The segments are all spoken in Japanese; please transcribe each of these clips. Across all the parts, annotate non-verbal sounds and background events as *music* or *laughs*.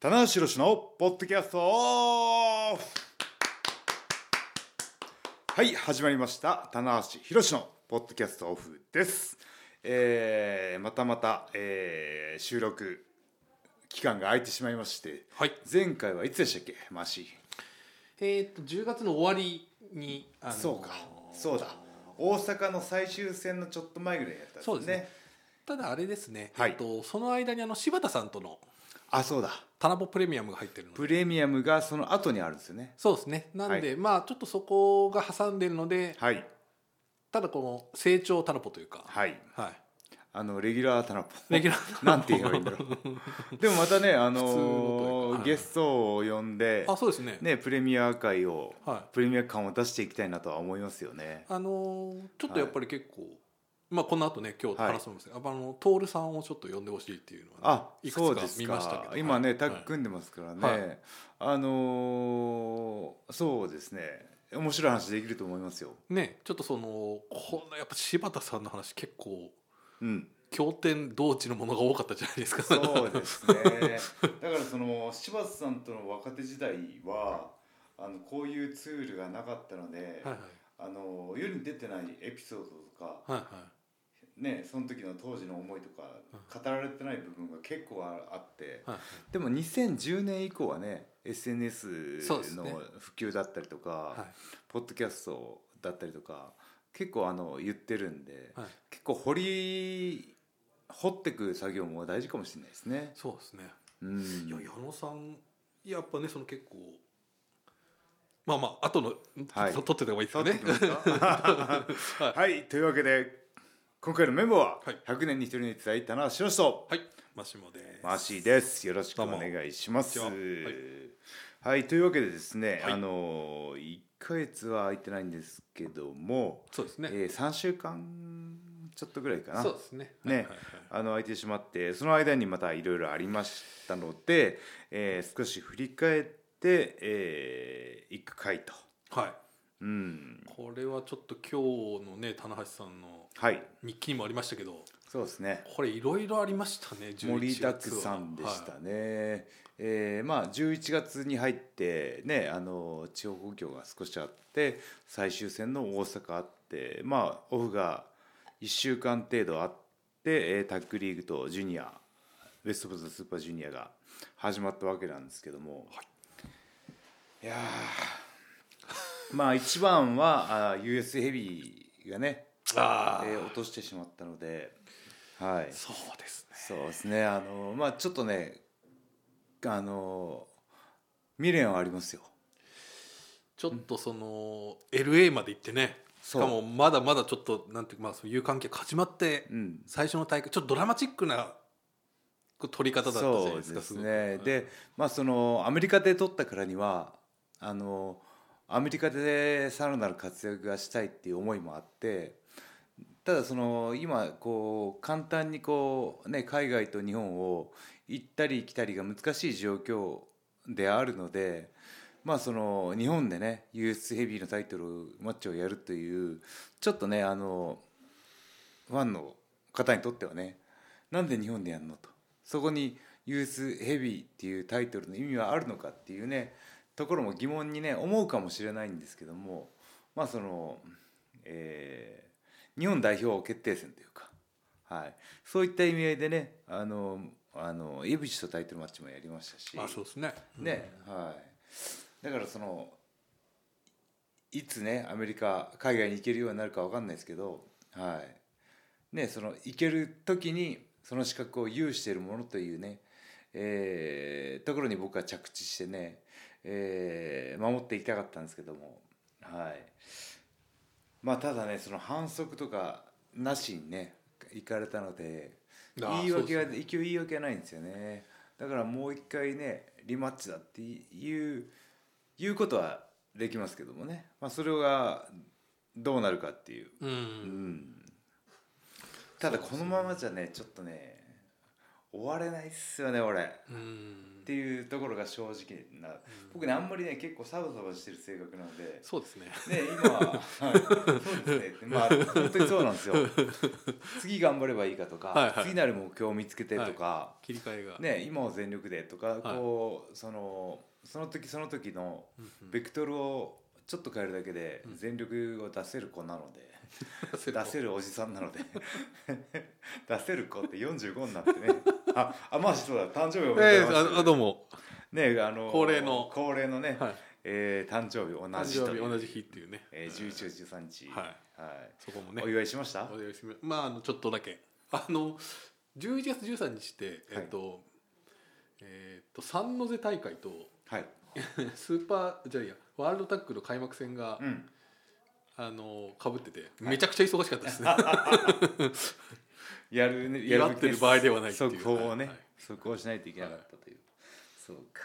棚橋宏のポッドキャストオフはい始まりました棚橋宏のポッドキャストオフです、えーまたまた、えー収録期間が空いてしまいましてはい。前回はいつでしたっけマーシーえっ、と10月の終わりにあのそうかそうだ大阪の最終戦のちょっと前ぐらいやったんですねそうですねただあれですね。はいえっとその間にあの柴田さんとのあそうだタナボプレミアムが入ってるので。プレミアムがその後にあるんですよねそうですね。なんで、まあちょっとそこが挟んでるので、はいただこの成長タナポというか、はいはい。あのレギュラータナポレギュラ *laughs* ーなんて言えばいいんだろう *laughs* でもまたね、あ普通のというのかーゲストを呼んであ、そうですね。ね、プレミア会をはい。プレミア感を出していきたいなとは思いますよねあのーちょっとやっぱり結構、まあこの後ね今日話すと思うんですけど、あのトールさんをちょっと呼んでほしいっていうのは、ね、あいくつかそうです見ましたけかど今ねはいタッグ組んでますからね、はいあのーそうですね面白い話できると思いますよねちょっとそのこのやっぱ柴田さんの話結構うん経典同地のものが多かったじゃないですか。そうです *laughs* ねだからその柴田さんとの若手時代はあのこういうツールがなかったので、はいはいあの世に出てないエピソードとかはいはいね、その時の当時の思いとか語られてない部分が結構ああってはいはい。でも2010年以降はねそうです SNS のね普及だったりとか、はいポッドキャストだったりとか結構あの言ってるんで、はい結構掘り掘ってく作業も大事かもしれないですね。そうですね。うん、いや矢野さんやっぱねその結構まあまあ後の、はいと撮ってた方がいいです触かってねき。ますか *laughs* ははいというわけで今回のメンバーははい100年に1人に伝えたのは白人と。はいマシモです。マーシーです。よろしくお願いします。どは、うもこんにちはいというわけでですね、はいあの一ヶ月は空いてないんですけども、そうですね。えー三週間ちょっとぐらいかなそう。ですね。ねはいはいはいあの空いてしまって、その間にまたいろいろありましたので、えー少し振り返って、えー、いく回と。はい。うん、これはちょっと今日のね棚橋さんのはい、日記にもありましたけど、そうですね。これいろいろありましたね。11盛りだくさんでし月はたね、えーまあ、11月に入って、ね、あの地方補強が少しあって最終戦の大阪あって、まあ、オフが1週間程度あって、えータッグリーグとジュニアウェスト・オブ・ザ・スーパージュニアが始まったわけなんですけども、い、やーまあ一番はあー US ヘビーがね、はいああ、えー落としてしまったので。はい、そうですね。そうですね。あのまあちょっとね、あの未練はありますよ。ちょっとその、LA まで行ってねしそうかもまだまだちょっとなんていうかまあそういう関係始まって、うん。最初の大会ちょっとドラマチックなこう取り方だったじゃないそうですかですごくね。はいで、まあそのアメリカで取ったからには、あのアメリカでさらなる活躍がしたいっていう思いもあって。ただその今こう簡単にこうね海外と日本を行ったり来たりが難しい状況であるのでまあその日本でね US ヘビーのタイトルマッチをやるというちょっとねあのファンの方にとってはねなんで日本でやるのとそこに US ヘビーっていうタイトルの意味はあるのかっていうねところも疑問にね思うかもしれないんですけどもまあそのえー日本代表決定戦というか、はい、そういった意味合いでねあのあの井口とタイトルマッチもやりましたしあそうですねね、はい、だからそのいつねアメリカ海外に行けるようになるかわかんないですけど、はいね、その行ける時にその資格を有しているものというね、えーところに僕は着地してね、えー守っていきたかったんですけども、はいまあ、ただねその反則とかなしにね行かれたのであー言い訳がそうですね一応言い訳はないんですよねだからもう一回ねリマッチだっていういうことはできますけどもね、まあ、それがどうなるかっていう、うん、うん、ただこのままじゃねちょっとね終われないっすよね俺うんっていうところが正直な僕ねあんまりね結構サバサバしてる性格なの *laughs* でそうですねね今は、はい、そうですねまあ本当にそうなんですよ次頑張ればいいかとか、はいはい次なる目標を見つけてとか、切り替えが、ね今を全力でとか、いこうそのその時その時のうんうんベクトルをちょっと変えるだけでうん全力を出せる子なので、出せる出せるおじさんなので *laughs* 出せる子って45になってねああまあそうだ誕生日おめでえとうございます、ー、あどうも、ねあの恒例の恒例のね、はい、えー誕生日同誕じ生とい日う同じ日っていうね、えー、11月13日、はいはいそこもねお祝いしましたお願いしますまああのちょっとだけあの11月13日ってえっと、えっと三ノ瀬大会とはい、スーパーじゃあいやワールドタックの開幕戦が、うん、あのかぶっててめちゃくちゃ忙しかったですね、やるねや祝べっきてる場合ではないっていそうこをね、はいそこをしないといけなかったという、そうか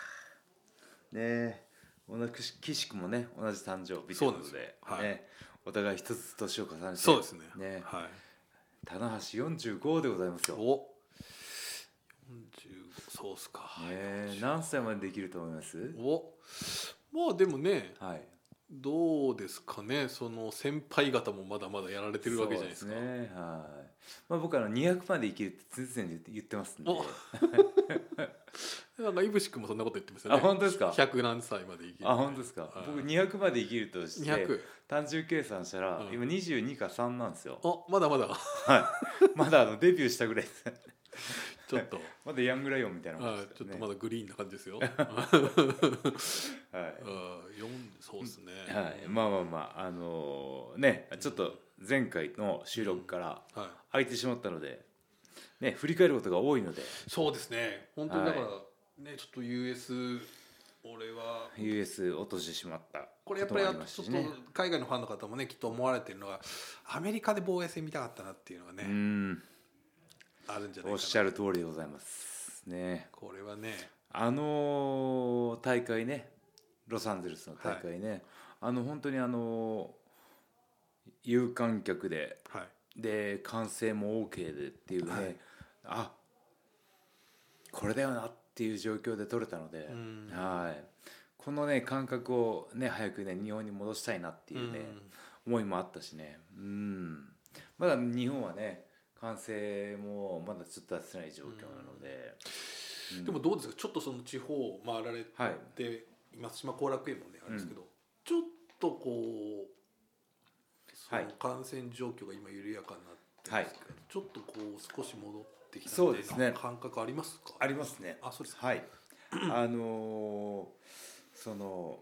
ねえ同じ岸君もね同じ誕生日とそいううなんことですよで、はいね、お互い一つ年を重 *laughs* ねてそうですねねはい、棚橋45でございますよ、ねお40そうっすか、え、何歳までできると思いますおまあでもねはいどうですかねその先輩方もまだまだやられてるわけじゃないですかそうねはいまあ、僕あの200まで生きるって常々言ってますんでお *laughs* なんかいぶし君もそんなこと言ってますよあね本当ですか100何歳まで生きるあ本当ですか、はい僕200まで生きるとして200単純計算したら、うん今22か3なんですよあま *laughs* だまだまだあのデビューしたぐらいです *laughs* ちょっと、まだヤングライオンみたいなもんはでいすちけょっどとねまだグリーンな感 *laughs* じですよはいうん四そうですねはい、まあまあまああのーねちょっと前回の収録からはい空いてしまったので、ね、振り返ることが多いのでそうですね本当にだから、はねちょっと US 俺は US 落としてしまったここれとやっもありぱりあとましちょったしとね海外のファンの方もねきっと思われてるのがアメリカで防衛戦見たかったなっていうのがね、うんあるんじゃないかなおっしゃる通りでございますねこれはねあのー大会ねロサンゼルスの大会ね、あの本当にあのー有観客ではいで完成も OK でっていうね、はいあこれだよなっていう状況で取れたので、うんはいこのね感覚をね早くね日本に戻したいなっていうね、思いもあったしねうんまだ日本はね完成もまだちょっと出せない状況なので、うんでもどうですかちょっとその地方を回られはいて、松島後楽園もねあれですけど、ちょっとこうそはいの感染状況が今緩やかになってますけど、ちょっとこう少し戻ってきたそうですねみたいな感覚ありますかありますねあそうですか *clears throat* はいあのーその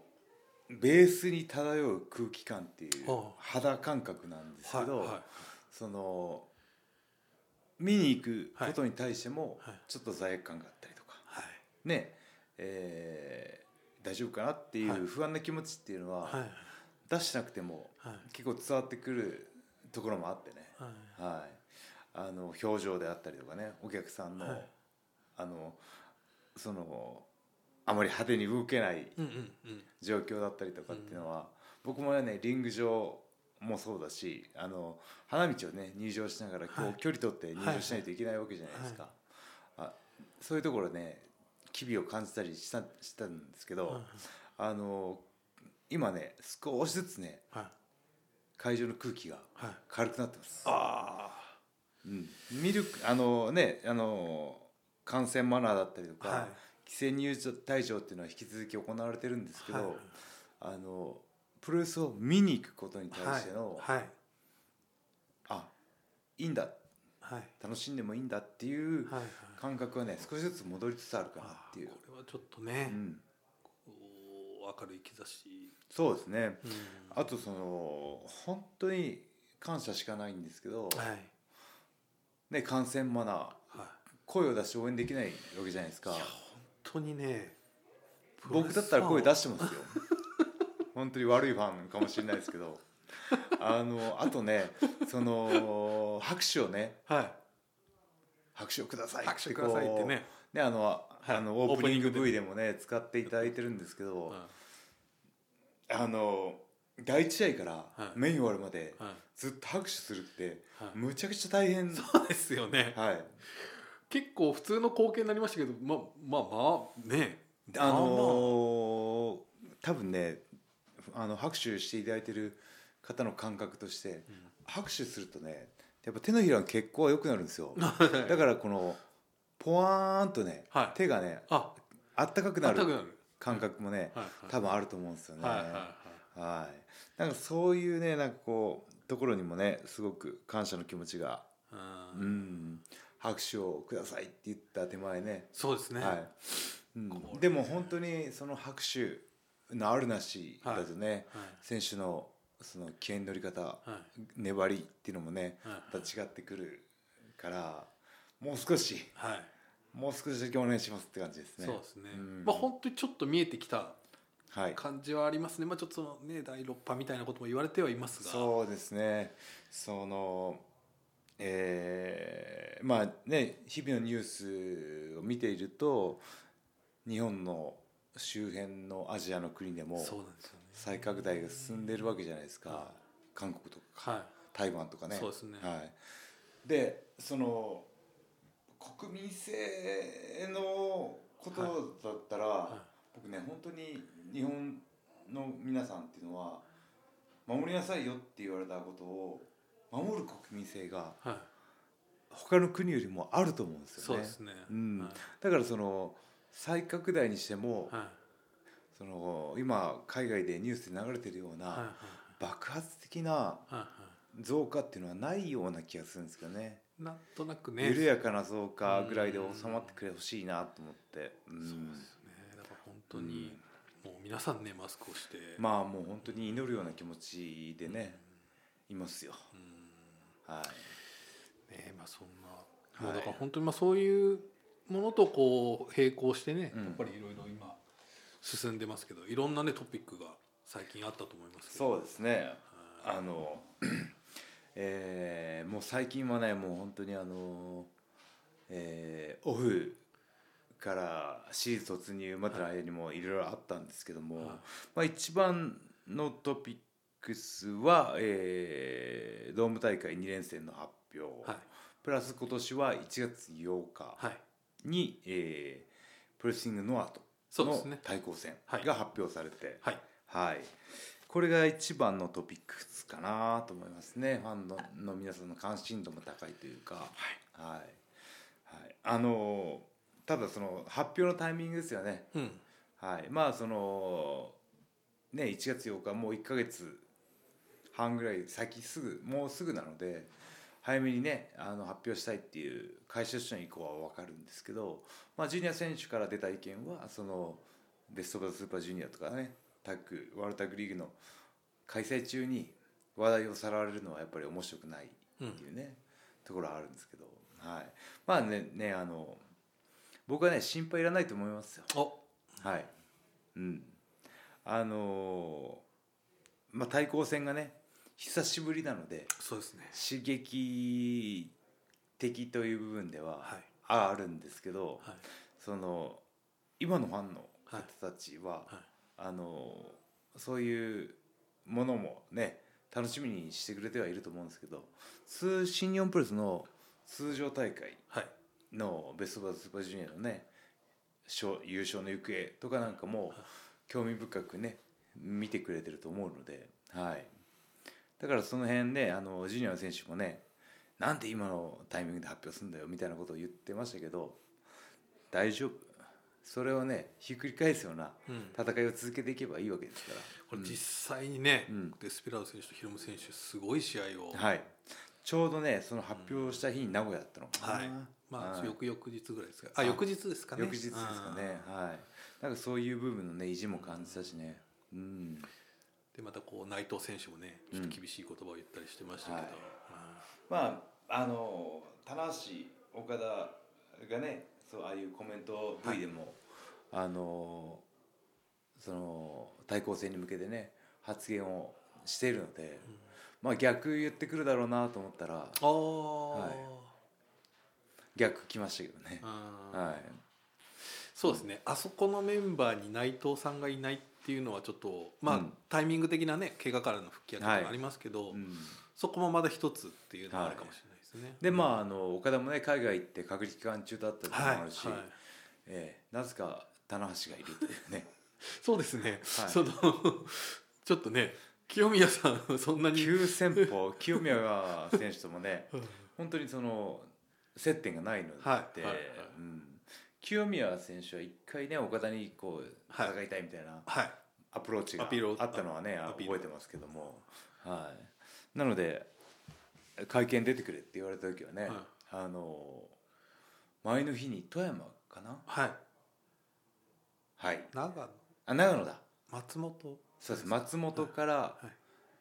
ベースに漂う空気感っていうはあ肌感覚なんですけど、はいはその見に行くことに対してもはいはいちょっと罪悪感があったりとか、いねえー大丈夫かなっていはいう不安な気持ちっていうのはいははい出してなくてもはい結構伝わってくるところもあってね、はいはい、あの表情であったりとかねお客さんの,、はいあのそのあまり派手に動けないうんうんうん状況だったりとかっていうのは、僕もねリング上もそうだしあの花道をね入場しながら、こはうい距離取って入場しないといけないわけじゃないですか、あそういうところね機微を感じたりしたしたんですけど、はいあの今ね少しずつねはい会場の空気がはい軽くなってます、あうん、ミルクあのねあの感染マナーだったりとか、はい規制入場退場っていうのは引き続き行われてるんですけど、はいあのプロレスを見に行くことにあは対いしての、はいあいいんだはい楽しんでもいいんだっていうはいはい感覚はね少しずつ戻りつつあるかなっていうあ、ーこれはちょっとうね、ん、こう明るい兆し、そうですねうんあとその本当に感謝しかないんですけど、はいね、感染マナーはい声を出して応援できないわけじゃないですかいや本当にね僕だったら声出ししてますよ *laughs* 本当に悪いファンかもしれないですけどあのあとねその拍手をねは拍手をくださいいって拍手くださいってこうね、ね、あの、いあのオープニングオープニングで V でもね使っていただいてるんですけど、はいあの第一試合からはいメイン終わるまではいずっと拍手するってはいむちゃくちゃ大変、そうですよねはい結構普通の光景になりましたけどままあまあねえあのー多分ねあの拍手していただいてる方の感覚として拍手するとねやっぱ手のひらの血行が良くなるんですよまあまあだからこのポワーンとね、はい手がねああったかくな暖かくるなる感覚もねはいはい多分あると思うんですよね。はいはいははい、なんかそういうねなんかこうところにもねすごく感謝の気持ちが、いあうーん、拍手をくださいって言った手前ね、そうですねはいうんこれでも本当にその拍手のあるなしだとね、はい選手のその気合いの乗り方はい粘りっていうのもねはいまた違ってくるからもう少しはいもう少しだけお願いしますって感じですね。そうですねうんまあ本当にちょっと見えてきたはい感じはありますねまあちょっとそのね第六波みたいなことも言われてはいますがそうですねそのえーまあね日々のニュースを見ていると日本の周辺のアジアの国でもそうなんですよね再拡大が進んでるわけじゃないですかは韓国とかは台湾とかね。そうですねはい、でその国民性のことだったら、いは僕ね本当に日本の皆さんっていうのは守りなさいよって言われたことを守る国民性がいはい他の国よりもあると思うんですよね。そうですねうんはいだからその再拡大にしても、はいその今海外でニュースで流れてるような、はいはい爆発的なはいはい増加っていうのはないような気がするんですけどね。なんとなくね緩やかな増加ぐらいで収まってくれほしいなと思って、うんそうですねだから本当に、もう皆さんねマスクをしてまあもう本当に祈るような気持ちでね、いますよ、うんはねまあそんな、はいもうだから本当にまあそういうものとこう並行してね、うんやっぱりいろいろ今進んでますけどいろんなねトピックが最近あったと思い、いますけどそうですねはいあの *clears throat* えーもう最近はねもう本当にあの、えーオフからシーズン突入までの間にもいろいろあったんですけども、はいまあ、一番のトピックスは、えードーム大会2連戦の発表、はいプラス今年は1月8日はいに、えープロレスリングノアそとうでのすね対抗戦はいが発表されて、はいはい、これが一番のトピックスかなと思いますねファンのの皆さんの関心度も高いというか、はいはい、あのーただその発表のタイミングですよね、うんはい、まあそのね1月8日もう1ヶ月半ぐらい先すぐもうすぐなので早めにねあの発表したいっていう会社主の意向は分かるんですけど、まあ、ジュニア選手から出た意見はそのベスト・オブ・ザ・スーパージュニアとかねタッグワールドタッグリーグの開催中に話題をさらわれるのはやっぱり面白くないっていうね、ところはあるんですけど、はい、まあねねあの僕はね心配いらないと思いますよ。おはい、うん、あのーまあ対抗戦がね久しぶりなのでそうですね刺激的という部分では、はいああるんですけどはいその今のファンのはい方たちは、はいあのーそういうものもね楽しみにしてくれてはいると思うんですけど通新日本プロレスの通常大会はいのベスト・オブ・ザ・スーパージュニアのね勝優勝の行方とかなんかも興味深くね見てくれてると思うので、はい、だからその辺ねあのジュニアの選手もねなんで今のタイミングで発表するんだよみたいなことを言ってましたけど大丈夫それをねひっくり返すようなうん戦いを続けていけばいいわけですから。これ実際にね、うんデスピラード選手とヒロム選手すごい試合を、はい、ちょうどねその発表した日に名古屋だったのかな、はいまあ、はい翌々日ぐらいですかああ翌日ですかね翌日ですかね、うんはい、なんかそういう部分のね意地も感じたしね、うん、でまたこう内藤選手もねちょっと厳しい言葉を言ったりしてましたけど、うんはいまああの棚橋岡田がねそうああいうコメント V でも、あのその対抗戦に向けてね発言をしているので、まあ逆言ってくるだろうなと思ったらああ、はい逆来ましたけどね、うんはい、そうですねあそこのメンバーに内藤さんがいないっていうのはちょっとまあ、うんタイミング的なね怪我からの復帰はちょっとはいありますけど、うんそこもまだ一つっていうのはあるかもしれないですですねでまああの岡田もね海外行って隔離期間中だったっていうのもあるし、はい、ええなぜか棚橋がいるというねそうですね、はいそのちょっとね清宮さんそんなに、急先鋒清宮選手ともねうん本当にその接点がないので、はいはいはいうん、清宮選手は一回ね岡田にこうはい戦いたいみたいなはいアプローチがアピールをあったのはねアあピール覚えてますけども、はい、なので会見出てくれって言われた時はね、はいあの前の日に富山かなはいはい長野あ長野だ松本そうです松本から、い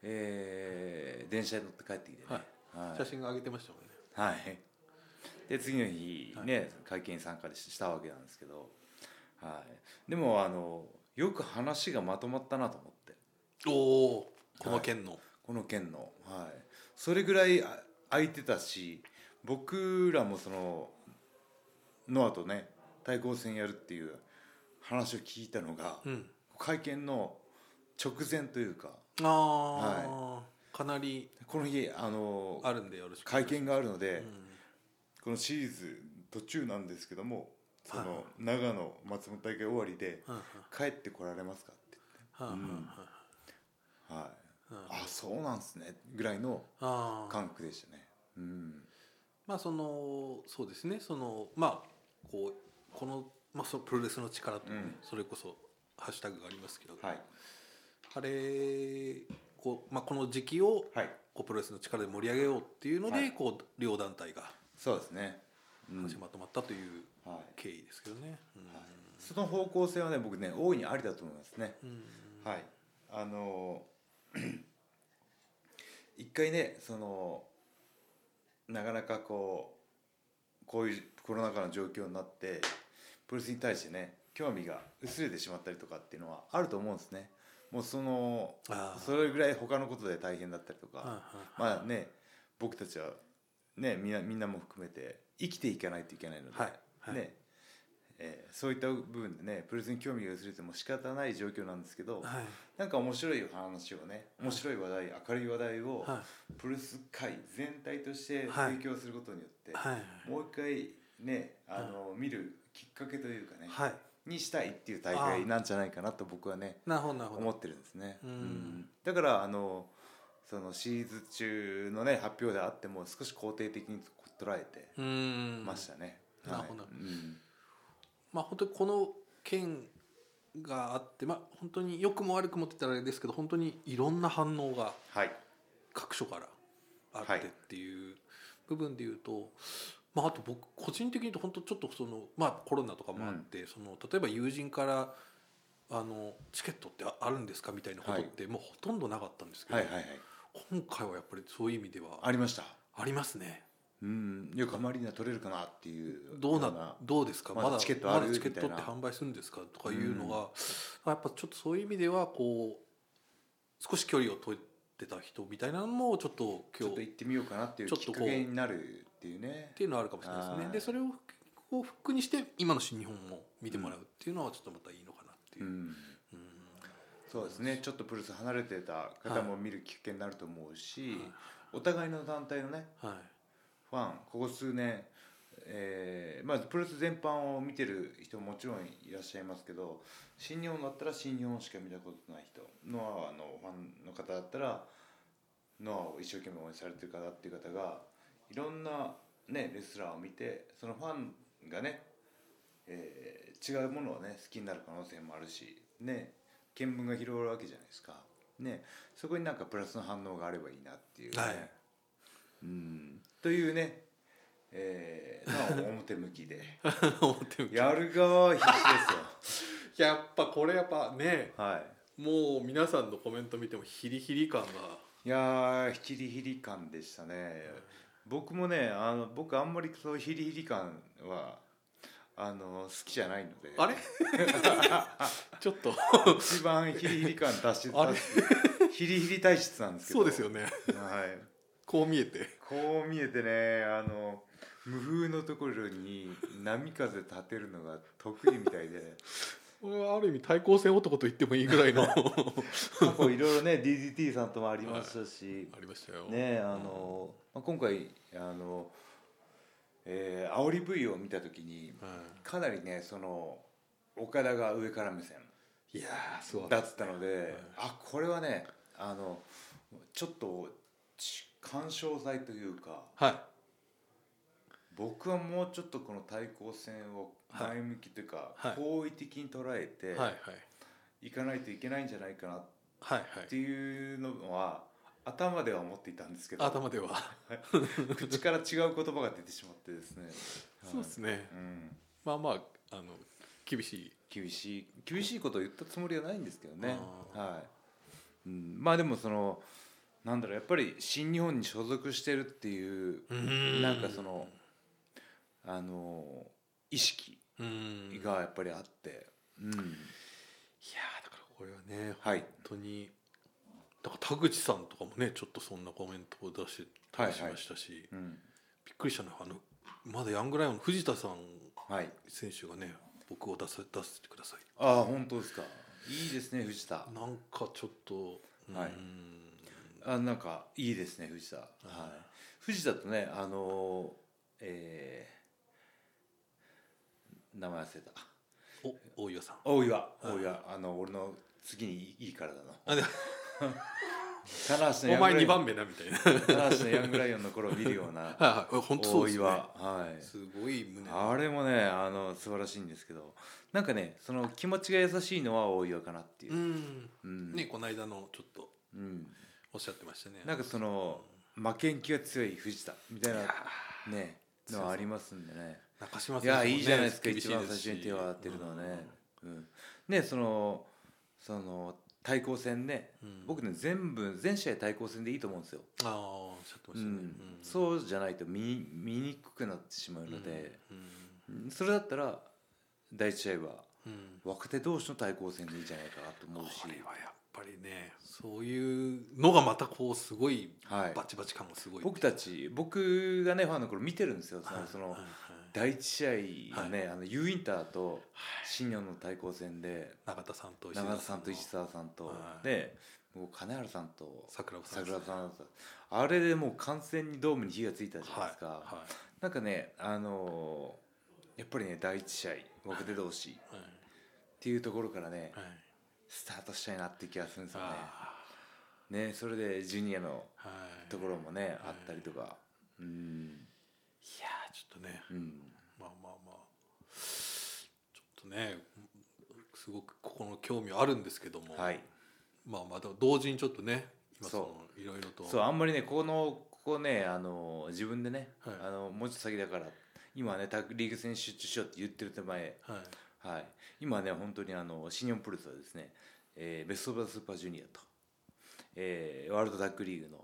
えー電車に乗って帰ってきてね、はい写真が上げてましたもんね、はい、で次の日ね、会見に参加したわけなんですけど、はい、でもあのよく話がまとまったなと思っておおこの件の、この件の、はい、それぐらいあ空いてたし僕らもそのノアとね対抗戦やるっていう話を聞いたのが、うん会見の直前というかああ、かなりこの日あのあるんでよろしく会見があるので、うんこのシリーズ途中なんですけどもそはいはいの長野松本大会終わりでうんうん帰ってこられますかってうんうん言って、はい、うんあそうなんですねぐらいのあー感覚でしたねうんまあそのそうですねそのまあこうこの,、まあ、そのプロレスの力と、うんそれこそハッシュタグがありますけど、はいあれこう、まあ、この時期をはいこうプロレスの力で盛り上げようっていうので、はいこう両団体がそうですね、うん始まとまったというはい経緯ですけどね。うんはいその方向性はね僕ね大いにありだと思いますね、うんはいあの *clears throat* 一回ねそのなかなかこうこういうコロナ禍の状況になってプロレスに対してね興味が薄れてしまったりとかっていうのはあると思うんですねもうそのあーそれぐらい他のことで大変だったりとうんうんかまあね僕たちはねみんなみんなも含めて生きていかないといけないので、はいはいねえーそういった部分でねプロレスに興味が薄れても仕方ない状況なんですけど、はいなんか面白い話をね面白い話題明るい話題をはプロレス界全体として提供することによって、いはいもう一回ねあの、見るきっかけというかね、はいにしたいっていう大会なんじゃないかなと僕はねなるほどなるほど思ってるんですね、うんだからあのそのシリーズ中のね発表であっても少し肯定的に捉えてうーんましたね、うんはいなるほどうんまあ本当にこの件があってまあ本当に良くも悪くもって言ったらあれですけど本当にいろんな反応がはい各所からあはっいてっていう部分で言うと、まああと僕個人的に言うと本当ちょっとそのまあコロナとかもあって、その例えば友人からあのチケットってああるんですかみたいなことってもうほとんどなかったんですけど、はいはいはい今回はやっぱりそういう意味ではありましたありますね。うんよくアマリーナ取れるかなっていうどうよなどうですかままだだチケットあるまだチケットっみてたいな販売するんですかとかいうのが、やっぱちょっとそういう意味ではこう少し距離を取ってた人みたいなのもちょっとちょ今っと日っ行ってみようかなっていうちょきっとっこかうけになるっていうねていうのはあるかもしれないですねはいでそれをこうフックにして今の新日本も見てもらうっていうのはちょっとまたいいのかなっていうう、んうんそうですねちょっとプルス離れてた方も見るきっかけになると思うし、お互いの団体のねはいファンここ数年、えーまあ、プロレス全般を見てる人ももちろんいらっしゃいますけど新日本だったら新日本しか見たことない人ノアのファンの方だったらノアを一生懸命応援されてる方っていう方がいろんな、ね、レスラーを見てそのファンがね、えー違うものをね好きになる可能性もあるしね見聞が広がるわけじゃないですか。ね、そこになんかプラスの反応があればいいなっていうね、はいうんというね、えー、のを表向き *laughs* で思ってるいややる側は必死やっぱこれやっぱねですよはもう皆さんのコメント見てもヒリヒリ感がいいやーヒリヒリ感でしたね僕もねあの僕あんまりそうヒリヒリ感はあの好きじゃないのであれ *laughs* ちょっと一番ヒリヒリ感出しあれ出すヒリヒリ体質なんですけどそうですよねはいこう見えてこう見えてねあの *laughs* 無風のところに波風立てるのが得意みたいでこれはある意味対抗戦男と言ってもいいぐらいの *laughs* あ過去いろいろね DDT さんともありましたし、りましたよ。ねあの、まあ、今回あの、えー、煽り V を見た時にはかなりねその岡田が上から目線い、いやーすごい。だったので、あこれはねあのちょっとち緩衝材というかは僕はもうちょっとこの対抗戦をはい前向きというか、はい好意的に捉えいてはいはいいかないといけないんじゃないかなっはいはてい。いうのは頭では思っていたんですけど頭では、口から違う言葉が出てしまってですねそうですね。はいうん、まあまああの厳しい。厳しい厳しいことを言ったつもりはないんですけどねあーはい、うん、まあでもそのなんだろうやっぱり新日本に所属してるっていううんなんかそのあの意識うん。いやーだかがやっぱりあって、うん、らこれはねはい本当にだから田口さんとかもねちょっとそんなコメントを出してたりしましたし、うんびっくりしたのはあのまだヤングライオンの藤田さんはい選手がね僕を出さ出せてくださいああ本当ですかいいですね藤田なんかちょっとうーんはいあなんかいいですね藤田、はい、藤田とねあのえー名前忘れたお大岩さん大岩大岩あの俺の次にいいからだな *laughs* あで棚橋のお前2番目目なみたいな棚橋のヤングライオンの頃見るようなはい *laughs* はい本当そう大です岩ねはいすごい胸のあれもねあの素晴らしいんですけどなんかねその気持ちが優しいのは大岩かなっていうう、んうんねこの間のちょっとうん、おっしゃってましたねなんかその負けん気が強い藤田みたいなねのはありますんでね中島い選手もやねいいじゃないですか厳一しい番で最すし初に手を当てるのはね、うん、ねそのその対抗戦ねうんうん僕ね全部全試合対抗戦でいいと思うんですよ、ああおっしゃってまうしたねんそうじゃないと見見にくくなってしまうので、うんそれだったら第一試合はうんうん若手同士の対抗戦でいいんじゃないかなと思うしこれはやっぱりねそういうのがまたこうすごいはいバチバチ感がすごい僕たち僕がねファンの頃見てるんですよそのそのはいはい第一試合がね、あの U インターと新日本の対抗戦で永田さんと石田長田さんと石澤さんと、はいでもう金原さんと桜子さん桜田さんだったあれでもう完全にドームに火がついたじゃないですか、はいはなんかねあのーやっぱりね第一試合若手同士っいはいていうところからねはいスタートしたいなって気がするんですよあねねそれでジュニアのーはいところもね、あったりとかうんいやーちょっとねうんまあまあまあちょっとねすごくここの興味はあるんですけども、はいまあまあでも同時にちょっとね今そそうのいろいろとそうあんまりねここのここねあの自分でね、はいあのもうちょっと先だから今はねタッグリーグ戦に集中しようって言ってる手前、はい、はい、今はね本当にあの新日本プロレスはですね、えーベスト・オブ・ザ・スーパージュニアと、えーワールドタッグリーグの、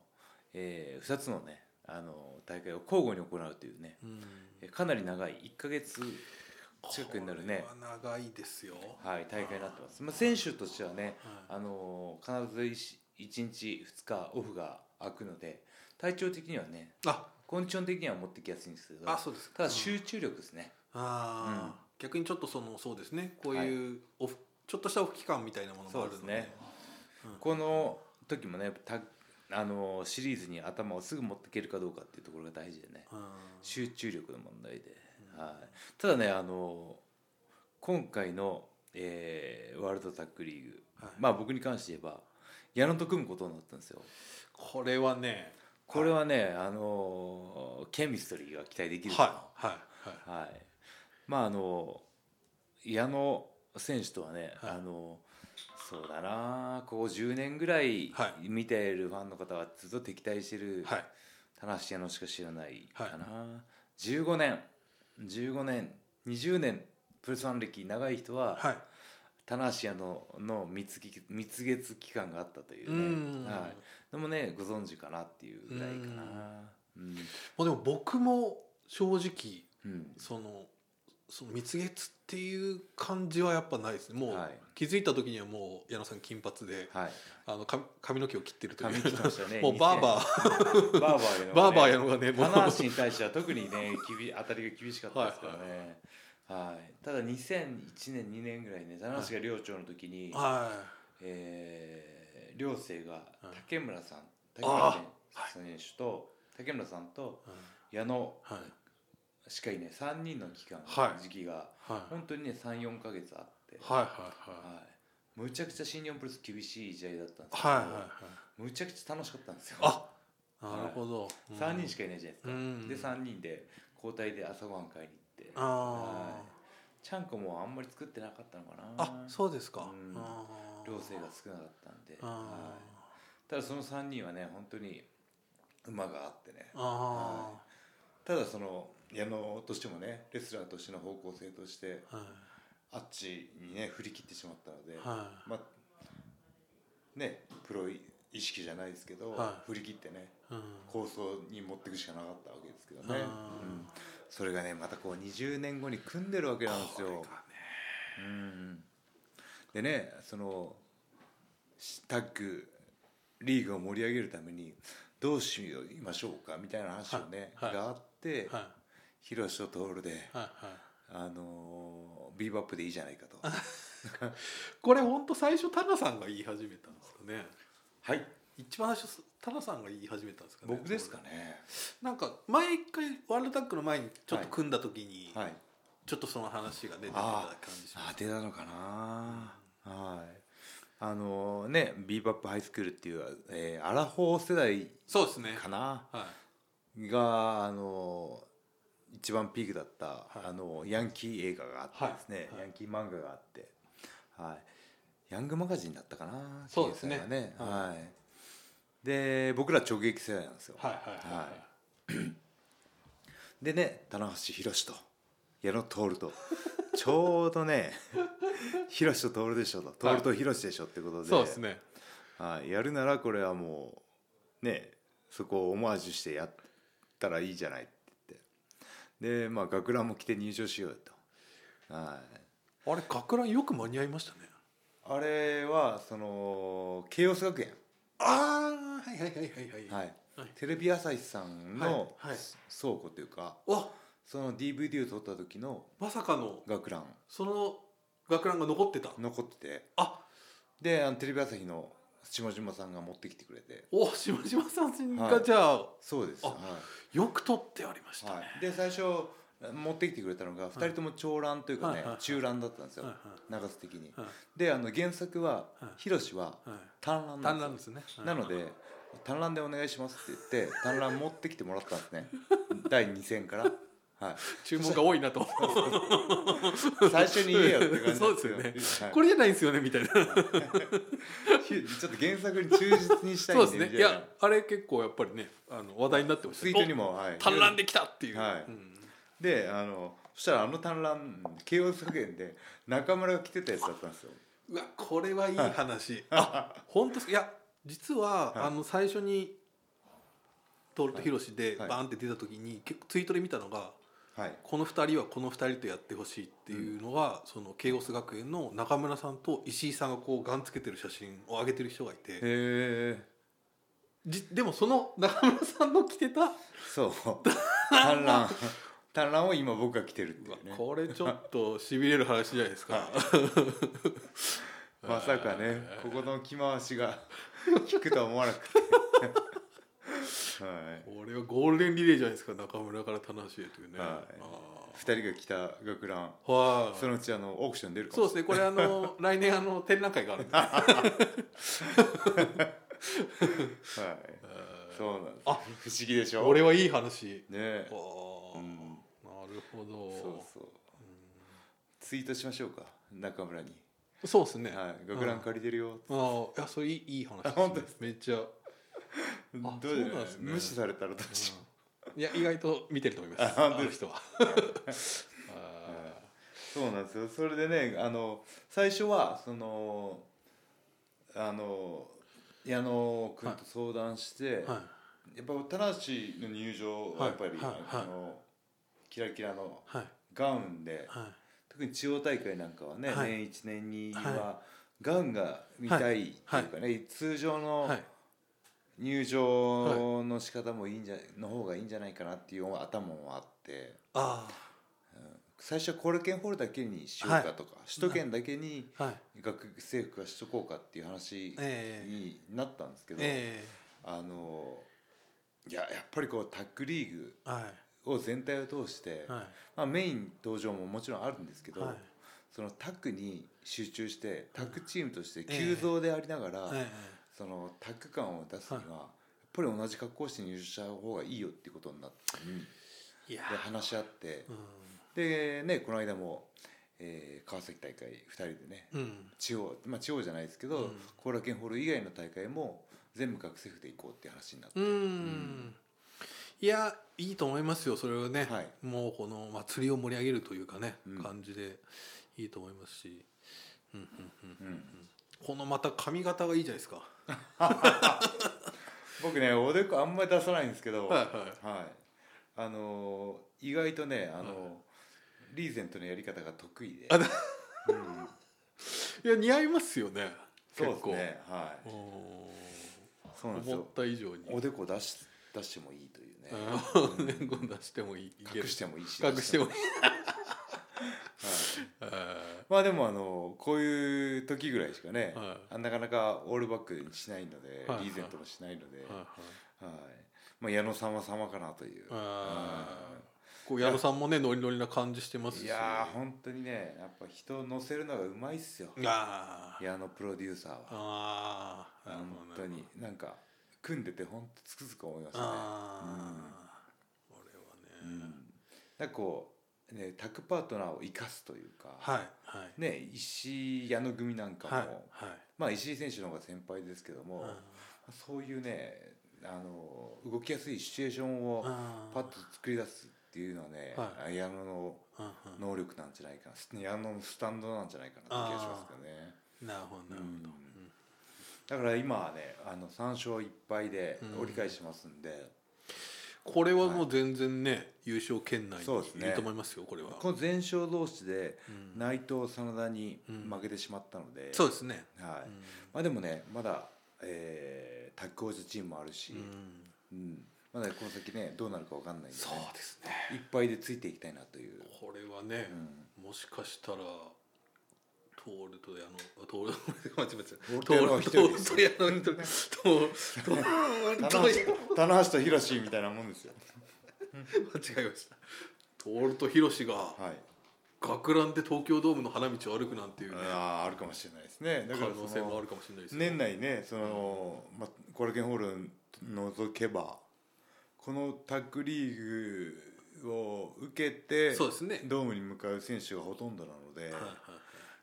え2つのねあの大会を交互に行うというねうんかなり長い1ヶ月近くになるねこれは長いですよはい、大会になってます、まあ、選手としてはね、はあの必ず 1, 日2日オフが空くので体調的にはねあコンディション的には持ってきやすいんですけどあそうですかただ集中力ですね、ああ、逆にちょっとそのそうですねこういうオフ、ちょっとしたオフ期間みたいなものもあるのでそうですねこの時もねたあのシリーズに頭をすぐ持っていけるかどうかっていうところが大事でねうん集中力の問題で、はい、ただねあの今回の、えーワールドタックリーグ、はいまあ僕に関して言えば矢野と組むことになったんですよこれはねこれはね、あのーケミストリーが期待できるはいはいはいい、はい、まああの矢野選手とはね、はいあのそうだなここ10年ぐらいは見ているファンの方はずっと敵対してるはい棚橋矢野しか知らないかな、15年15年20年プロレスファン歴長い人は、はい棚橋屋のの蜜月蜜月期間があったといううんね、はい、でもねご存知かなっていうぐらいかなうん、まあ、でも僕も正直うんそのその蜜月っていう感じはやっぱないですねもう、はい気づいた時にはもう矢野さん金髪で *laughs* はいあの髪髪の毛を切ってるという髪切ってましたね *laughs* もうバーババーーバーバーバーや矢野がねもう棚橋に対しては特にね厳当たりが厳しかったですからね、はい、ただ2001年2年ぐらいね棚橋が寮長の時に、はえー寮生がはい竹村さん、竹村あ選手と竹村さんとい、矢野はいしかいね3人の期間、はい時期がはい本当にね34か月あって、はいはいはいはいむちゃくちゃ新日本プロレス厳しい時代だったんですけど、はいはいむちゃくちゃ楽しかったんですよあなるほど、 3人しかかいないじゃないですか、うんで3人で交代で朝ごはん買いに行ってあちゃんこもあんまり作ってなかったのかあなあそうですかうんあー寮生が少なかったんで、あはいただその3人はね本当に馬があってねーあただその矢野としてもねレスラーとしての方向性としてーはいあっちにね振り切ってしまったので、はまあねプロ意識じゃないですけど、は振り切ってねいうん構想に持っていくしかなかったわけですけどね、あーうんそれがねまたこう20年後に組んでるわけなんですよこれ。がねうんでねそのタッグリーグを盛り上げるためにどうしましょうかみたいな話をね、はいはいがあって、はいヒロシとトールで、はいはいあのービーバップでいいじゃないかとこれ本当最初タナさんが言い始めたんですかねはい一番最初タナさんが言い始めたんですかね僕ですかねなんか前一回ワールドタッグの前にちょっと組んだ時にはいちょっとその話が出てきた感じしまあす出たのかな、はいあのーねビーバップハイスクールっていう、えーアラフォー世代そうですねかなはがあの一番ピークだった、いあのヤンキー映画があってですね、はいはいヤンキー漫画があって、はい、ヤングマガジンだったかなそうですね掲載がね、はいはい、で僕ら直撃世代なんですよ、いはいはいはい、はいでね棚橋宏と矢野徹と *laughs* ちょうどね *laughs* 宏と徹でしょとはい徹と宏でしょってことで,、そうですねはい、やるならこれはもうねそこをオマージュしてやったらいいじゃないって言ってでまあ学ランも着て入場しようよと、はい、あれ学ランよく間に合いましたねあれはその慶応学園、ああはいはいはいはいはいはいはいテレビ朝日さんのはいはい倉庫というか、わその DVD を撮った時のまさかの学ランその学ランが残ってた残っててあであのテレビ朝日の下島さんが持ってきてくれてお島島さんはがいじゃあ、そうです、あはいよく取ってありましたね、はい、で最初持ってきてくれたのが2人とも長蘭というかはいねはいはい中蘭だったんですよはい長瀬的にはいであの原作ははいヒロシははい短蘭な単んでなんすですねよなので短蘭でお願いしますって言って短蘭持ってきてもらったんです *laughs* ね第2戦から、はい、注文が多いなと *laughs* 最初に言えよって感じそうですよこれじゃないんですよねみたいなはいちょっと原作に忠実にしたいそんうでみたですねいいなやあれ結構やっぱりねあの話題になってましたツイートにも、はい、単乱できたっていう、はいうんであのそしたらあの短蘭慶応作園で中村が着てたやつだったんですようわこれは *laughs* いい話あ本当ですかいや実は、はいあの最初に徹と広志ではいバーンって出た時に、結構ツイートで見たのがはいこの2人はこの2人とやってほしいっていうのが、その慶応ス学園の中村さんと石井さんがこうガンつけてる写真を上げてる人がいへてえじでもその中村さんの着てた、 *laughs* そう単乱単乱を今僕が着てるってういわうねこれちょっとしびれる話じゃないですか、まさかねここの着回しが *laughs* 効くとは思わなくてはいこれはゴールデンリレーじゃないですか中村から田無へというね、はあい二人が着た学ランーはいそのうちあのオークション出るかそうもですねこれあの *laughs* 来年あの展覧会があるんではいそうなんです不思議でしょ俺はいい話ねあーうんなるそほうどそうツイートしましょうか中村にそうですねあはい学ラン借りてるよあーいやそれいいいい話です、ね、あ本当ですめっちゃ、うあどうじゃそうなないんですね無視されたらどうしよんいや意外と見てると思いあますあ本当のです人はうあそうなんですよそれでねあの最初はそのあの矢野君と相談して、ーはいやっぱ棚橋の入場はやっぱり、はいはいはいあのキラキラのはいガウンではい特に地方大会なんかはね、はい年一年には、はガウンが見たいっていうかね、通常のはい入場の仕方もいいんじゃ、の方がいいんじゃないかなっていう頭もあってあ最初はコール券ホールだけにしようかとか、首都圏だけにはい学生服はしとこうかっていう話ええになったんですけど、えあのいややっぱりこうタッグリーグえはを全体を通して、いはまあ、メイン登場ももちろんあるんですけいど、はいそのタッグに集中してタッグチームとして急増でありながら、えそのタッグ感を出すには、やっぱり同じ格好をして入場した方がいいよっていうことになって、えいやで話し合ってう、でねこの間も、えー川崎大会2人でねんうん地方まあ地方じゃないですけどうん後楽園ホール以外の大会も全部学生服で行こうっていう話になって、うん、いやいいと思いますよそれはね、はいもうこの祭りを盛り上げるというかね、うん感じでいいと思いますし、うんうんううん、んこのまた髪型がいいじゃないですか僕ねおでこあんまり出さないんですけど、はいはいあのー意外とねあのー、リーゼントのやり方が得意で、あうん、いや似合いますよねそうで結す構ねはういんそうなんです思っよた以上におでこ出し出してもいいというね、うん *laughs* 年号出してもいい隠してもいいし隠してもいいはいあまあでもあのこういう時ぐらいしかね、はなかなかオールバックにしないので、はいリーゼントもしないので、ーはいはいはいまあ、矢野さんは様かなという、あーこう矢野さんもねノリノリな感じしてますしいやー本当にねやっぱ人を乗せるのがうまいっすよあー矢野プロデューサーはあーなる本ほど当になんか組んでて本当つくづく思いましたねああ、これうはんね、なんかこうねタッグパートナーを生かすというか、はいはいね、石井矢野組なんかも、はいまあ、石井選手の方が先輩ですけども、はいそういうねあの動きやすいシチュエーションをあーパッと作り出すっていうのはね、は矢野のうんう能力なんじゃないかな矢野のスタンドなんじゃないかなって気がしますけどねんなるほどなるほどうんだから今はねあの3勝1敗でうん折り返してますんで、これはもう全然ね優勝圏内そうですにいねると思いますよこれはこの全勝同士でうん内藤真田にうん負けてしまったので、そうですねはういんまあ、でもねまだ、えータッグ王子チームもあるし、うんうんまだこの先ねどうなるか分かんないんで、ね、そうですねいっぱいでついていきたいなという、これはうねん、もしかしたらトールと矢野あトール間違えトールと矢た野は一人ですトールと矢野一人トール *laughs* トール棚と矢野橋棚橋と広志みたいなもんですよ *laughs* 間違えましたトールとヒロシがはい学ランで東京ドームの花道を歩くなんていうねあーあるかもしれないですねだ可から能そ性もあのるかもしれないですね年内ねその、まあ、コラケンホール除けばこのタッグリーグを受けてそうですねドームに向かう選手がほとんどなので、はいはい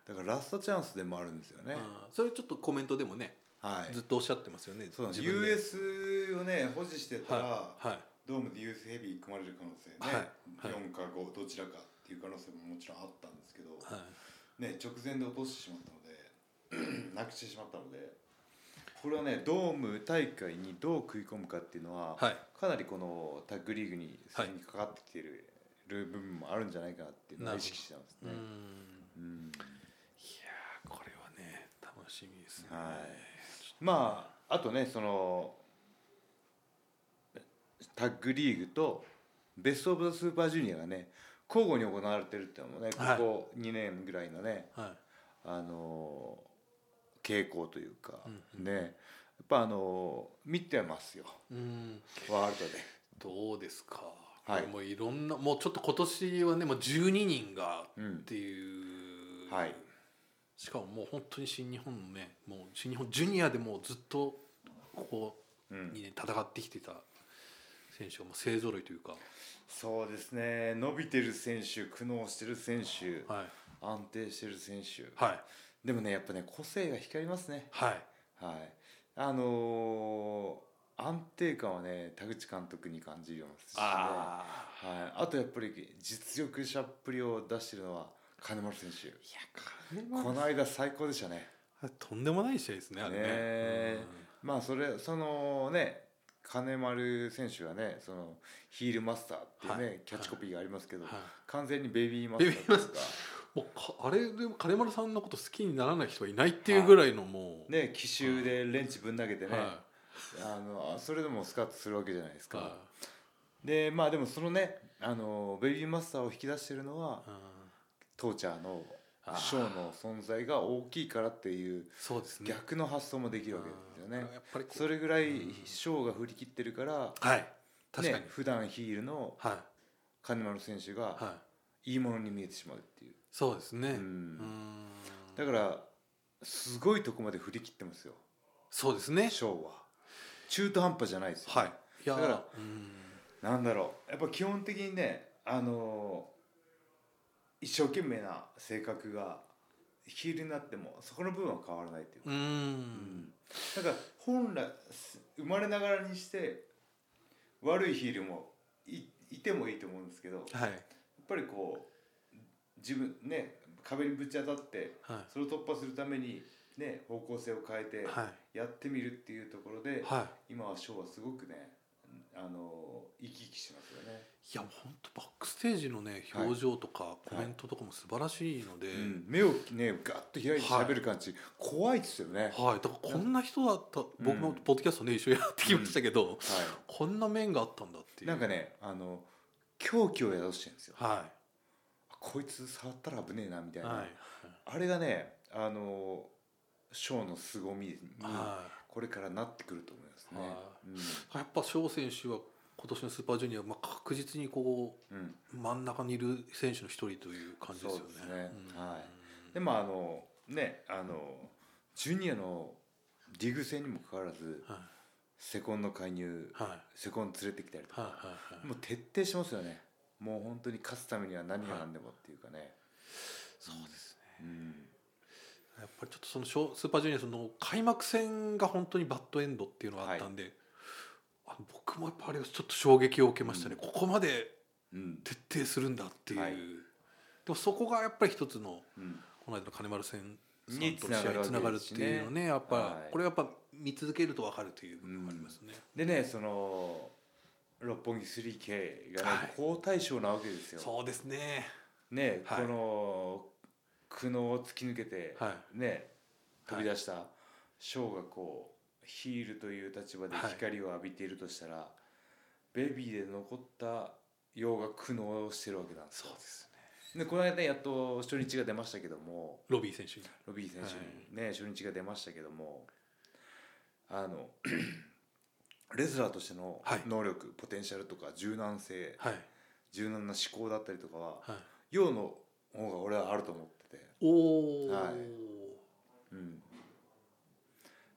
だからラストチャンスでもあるんですよねはい、あーそれちょっとコメントでもねはいずっとおっしゃってますよねそうなんです自分で US をね保持してたら、はいはいドームでユースヘビー組まれる可能性はいね、はい4か5どちらかっていう可能性ももちろんあったんですけど、はいね、直前で落としてしまったので *clears throat* なくしてしまったのでこれはねドーム大会にどう食い込むかっていうのは、はいかなりこのタッグリーグにそはいれにかかってきてる部分もあるんじゃないかなっていうのを意識してますうーんねいや。うんーこれはね楽しみですねはい、まああとねそのタッグリーグとベスト・オブ・ザ・スーパージュニアがね交互に行われてるっていうのもねこはいこ2年ぐらいのね、はいあの傾向というか、うんねやっぱあの見てますようーんワールドでどうですかはいこれもういろんなもうちょっと今年はねもう12人がうっんていう、はいしかももう本当に新日本のねもう新日本ジュニアでもうずっとここう2ん、年戦ってきてた選手がもう勢ぞろいというか、そうですね伸びてる選手苦悩してる選手はい、安定してる選手はいでもねやっぱね個性が光りますねはいはい、あのー安定感はね田口監督に感じますし、ねはああい、あとやっぱり実力者っぷりを出してるのは金丸選手いやこれこの間最高でしたねとんでもない試合ですねあれねねえまあそれそのね金丸選手はねそのヒールマスターっていうね、はいキャッチコピーがありますけうど、んはい完全にベビーマスターですかもうかあれでも金丸さんのこと好きにならない人はいないっていうぐらいのもう、ね奇襲でレンチぶん投げてね、はいあのそれでもスカッとするわけじゃないですか、はでまあでもそのねあのベビーマスターを引き出してるのはうんトーチャーのあーショーの存在が大きいからっていうそうですね逆の発想もできるわけですよねうん。やっぱりこうそれぐらいうんショーが振り切ってるから、はい確かに、ね、普段ヒールのはい金丸選手がはいいいものに見えてしまうっていう、そうですねううんんだだからすごいとこまで振り切ってますよそうですねショーは中途半端じゃないですよ、はいいやだからうんなんだろうやっぱ基本的にねあのー一生懸命な性格がヒールになってもそこの部分は変わらないっていうか、うんだから本来す生まれながらにして悪いヒールもいいてもいいと思うんですけどやっはいぱりこう自分ね壁にぶち当たってはそれを突破するためにね方向性を変えいてはやってみるっていうところいで、はい今はショーはすごくねあの生き生きしてますよね。いや本当バックステージのね表情とかコメントとかも素晴らしいので、うん目をねガッと開いて喋る感じ、怖いですよね。はい、だからこんな人だったん僕もポッドキャストね一緒にやってきましたけど、はこんな面があったんだってい、いうなんかねあの狂気を宿してるんですよ。はこいつ触ったら危ねえなみたいいな、はいあれがねあのショーの凄みにはこれからなってくると思いますね。はうんい、やっぱ翔選手は今年のスーパージュニア、まあ、確実にこうんう真ん中にいる選手の一人という感じですよねそうですねうんはでもあのねあのジュニアのリーグ戦にもかかわらずはいセコンの介入はいはいセコン連れてきたりとか、はいはいもう徹底しますよねもう本当に勝つためには何が何でもっていうかね、そうですうねんやっぱりちょっとそのショースーパージュニアその開幕戦が本当にバッドエンドっていうのがあったんで、あの僕もやっぱあれはちょっと衝撃を受けましたね、ここまでうん徹底するんだっていう、はいでもそこがやっぱり一つのうんこの間の金丸戦さんにとの試合につつななががるわるってけですしねいうのはねやっぱ、はいこれやっぱ見続けると分かるという部分がありますね、でねその六本木 3K がね、はい好対象なわけですよそうですねね、はいこの苦悩を突き抜けて、はいね飛び出したショーがこうヒールという立場ではい光を浴びているとしたら、ベビーで残ったようが苦悩をしてるわけなんですそようですねでこの間ねやっと初日が出ましたけどもロビー選手にロビー選手にね、初日が出ましたけどもあの *clears throat* レスラーとしてのはい能力、ポテンシャルとか柔軟性はい柔軟な思考だったりとかははい陽の方が俺はあると思ってて、おお、はいうん、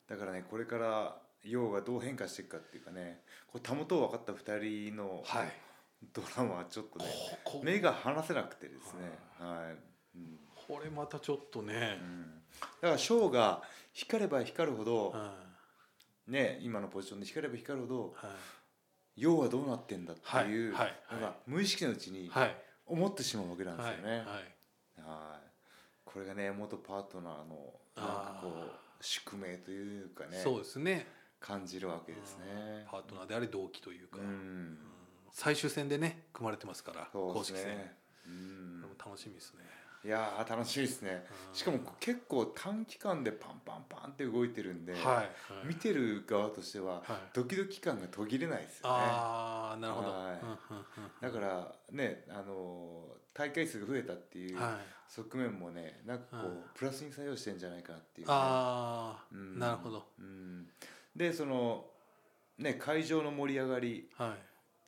だからねこれから陽がどう変化していくかっていうかねこうたもとを分かった2人のはいドラマはちょっとね、ここ目が離せなくてですね、はいうんこれまたちょっとねう、ん、だからショーが光れば光るほど、はいね、今のポジションで光れば光るほどはい要はどうなってんだっていうのはいはいが無意識のうちにはい思ってしまうわけなんですはよいね。はいはいこれがね元パートナーのなんかこう宿命というかねそうですね感じるわけですね。パートナーであり同期というか、ううんん、最終戦でね組まれてますから、そうで公す式戦ね。うこんれも、楽しみですねいやー楽しいですね。うんしかも結構短期間でパンパンパンって動いてるんで、はい、はい、見てる側としてははいドキドキ感が途切れないですよね。ああなるほど、はいだからね、あのー大会数が増えたっていうらはい、側面もねなんかこはいうプラスに作用してんじゃないかなっていうね、ああ、うんなるほど、うんでそのね会場の盛り上がり、は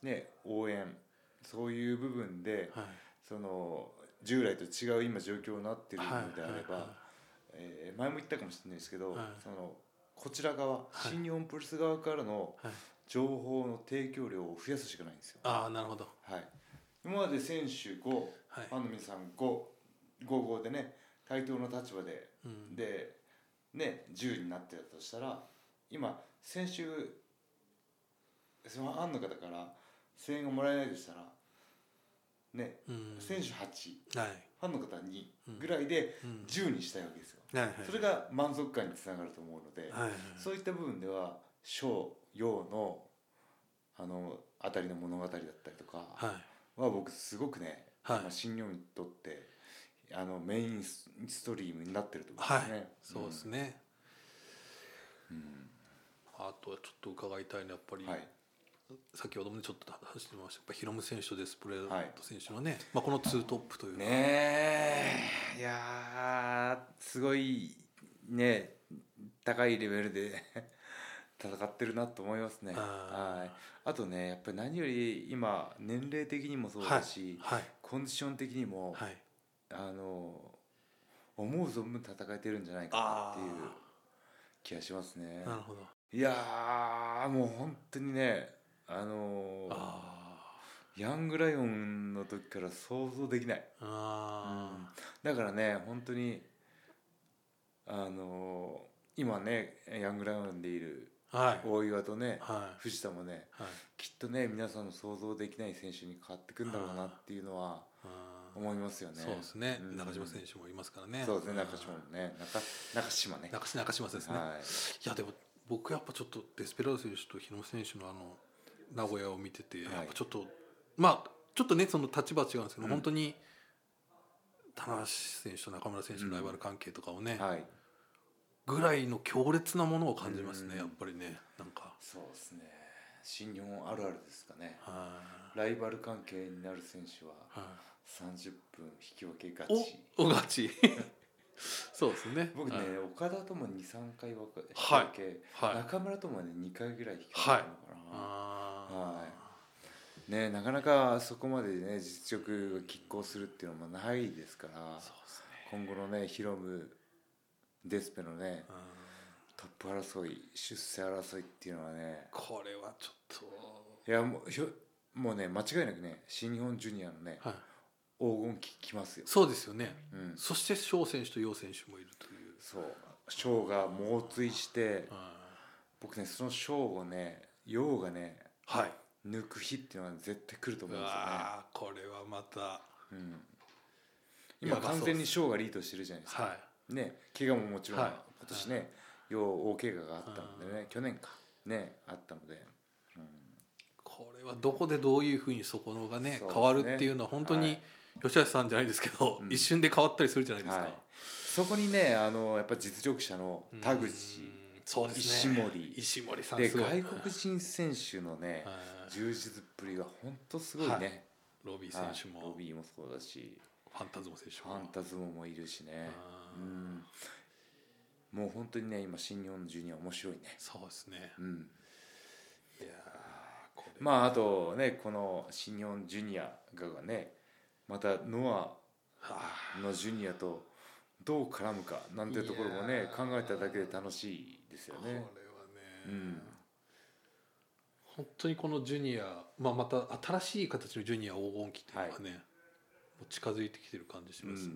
いね、応援そういう部分ではい、その従来と違う今状況になってるのであれば、えー前も言ったかもしれないですけど、はいそのこちら側い新日本プロレス側からのはい情報の提供量を増やすしかないんですよ。ああなるほどはい、今まで選手5はいファンの皆さん5 5 5でね対等の立場でうんで、ね、10になってたとしたら今先週そのファンの方から声援がもらえないとしたら、ね、うん選手8はいファンの方2ぐらいでうん10にしたいわけですよ。はいはいそれが満足感につながると思うので、はいはいそういった部分では小陽のあのあたりの物語だったりとかはいは僕すごくね、はい今新日本にとってあのメインストリームになってると思うんですね。はいそうですね、ね、うんあとはちょっと伺いたいのはやっぱり、はい先ほどもちょっと話してましたやっぱヒロム選手とデスプレートはい選手のね、まあ、このツートップというか、ねえいやーすごいね高いレベルで *laughs* 戦ってるなと思いますねあーはいあとねやっぱり何より今年齢的にもそうだし、はいコンディション的にも、はいあの思う存分戦えてるんじゃないかあなっていう気がしますねあなるほどいやーもう本当にねあのあヤングライオンの時から想像できないーあだからね本当にあのー今ねヤングライオンでいるーはい大岩とねはい藤田もねはいきっとね皆さんの想像できない選手に変わってくんだろうなっていうのはあー思いますよね。そうですね、うん中島選手もいますからねそうですね中島もね中中島ね。中中島ですね、はいい、やでも僕やっぱちょっとデスペラード選手と日野選手のあの名古屋を見てて、はいやっぱちょっとまあちょっとねその立場は違うんですけど、うん本当に棚橋選手と中村選手のライバル関係とかをね、はいぐらいの強烈なものを感じますね、うんやっぱりねなんかそうですね新日本あるあるですかね。はいライバル関係になる選手はは30分引き分け勝いち。おおがち *laughs* そうですね僕ね、はい岡田とも23回分か引きはい分け、はい中村ともね2回ぐらい引き分けたのかな、あねなかなかそこまでね実力が拮抗するっていうのもないですからーそうですね今後のねヒロムデスペのねうんトップ争い出世争いっていうのはねこれはちょっいやもうひょもうね間違いなくね新日本ジュニアのねと、はい、黄金期来ますよ、そうですよねうん、そして翔選手と楊選手もいるという。そう翔が猛追して僕ねその翔をね陽がねはい。抜く日っていうのは絶対来ると思ううんですよねわーこれはまた。うんや今ばそうっす完全に翔がリードしてるじゃないですか、はね怪我ももちろん、はい今年ね、よう大怪我があったのでね去年かねあったので、うんこれはどこでどういうふうにそこのがねそうですね変わるっていうのは本当はにい吉橋さんじゃないですけど、うん一瞬で変わったりするじゃないですか。はい、そこにねあのやっぱ実力者の田口うんそうですね。石森石森さんですごい外国人選手のね、はい充実っぷりが本当すごいね、はいロビー選はい手も、ロビーもそうだしファンタズム選手フもァンタズムもいるしねあうんーもう本当にね今新日本のジュニア面白いねそうですね。うんいやーこれまああとねこの新日本ジュニアがねまたノはアのジュニアとどう絡むかなんてところもいねや考ーえただけで楽しいですあよこれはねね。。うん本当にこのジュニア、まあ、また新しい形のジュニア黄金期っていうのがね、もう近づいてきてる感じしますね、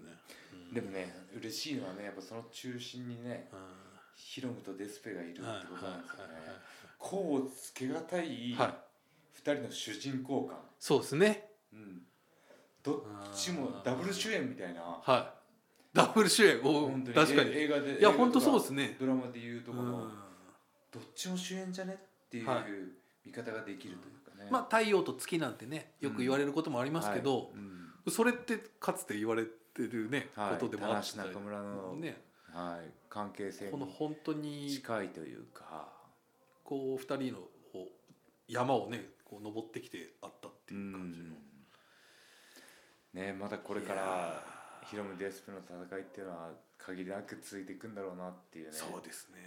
うんでもね嬉しいのはねやっぱその中心にねうんヒロムとデスペがいるってはいはいことなんですよねはいはい。こうつけがたいは2い人の主人公感、そうですねうん、どっちもダブル主演みたいなはいダブル主演お本当に確かえに映画で映いや画とか本当そうですねドラマでいうとこうの、んどっちも主演じゃねっていうはい見方ができるというかね、まあ太陽と月なんてねよく言われることもありますけど、はいうんそれってかつて言われてるね、はいことでもあった田無中村のねはい、関係性このに本当に近いというか、こう二人のこう山をねこう登ってきてあったってういう感じの、んね、まだこれかいらやーヒロム・デスプの戦いっていうのは限りなく続いていくんだろうなっていうねそうですね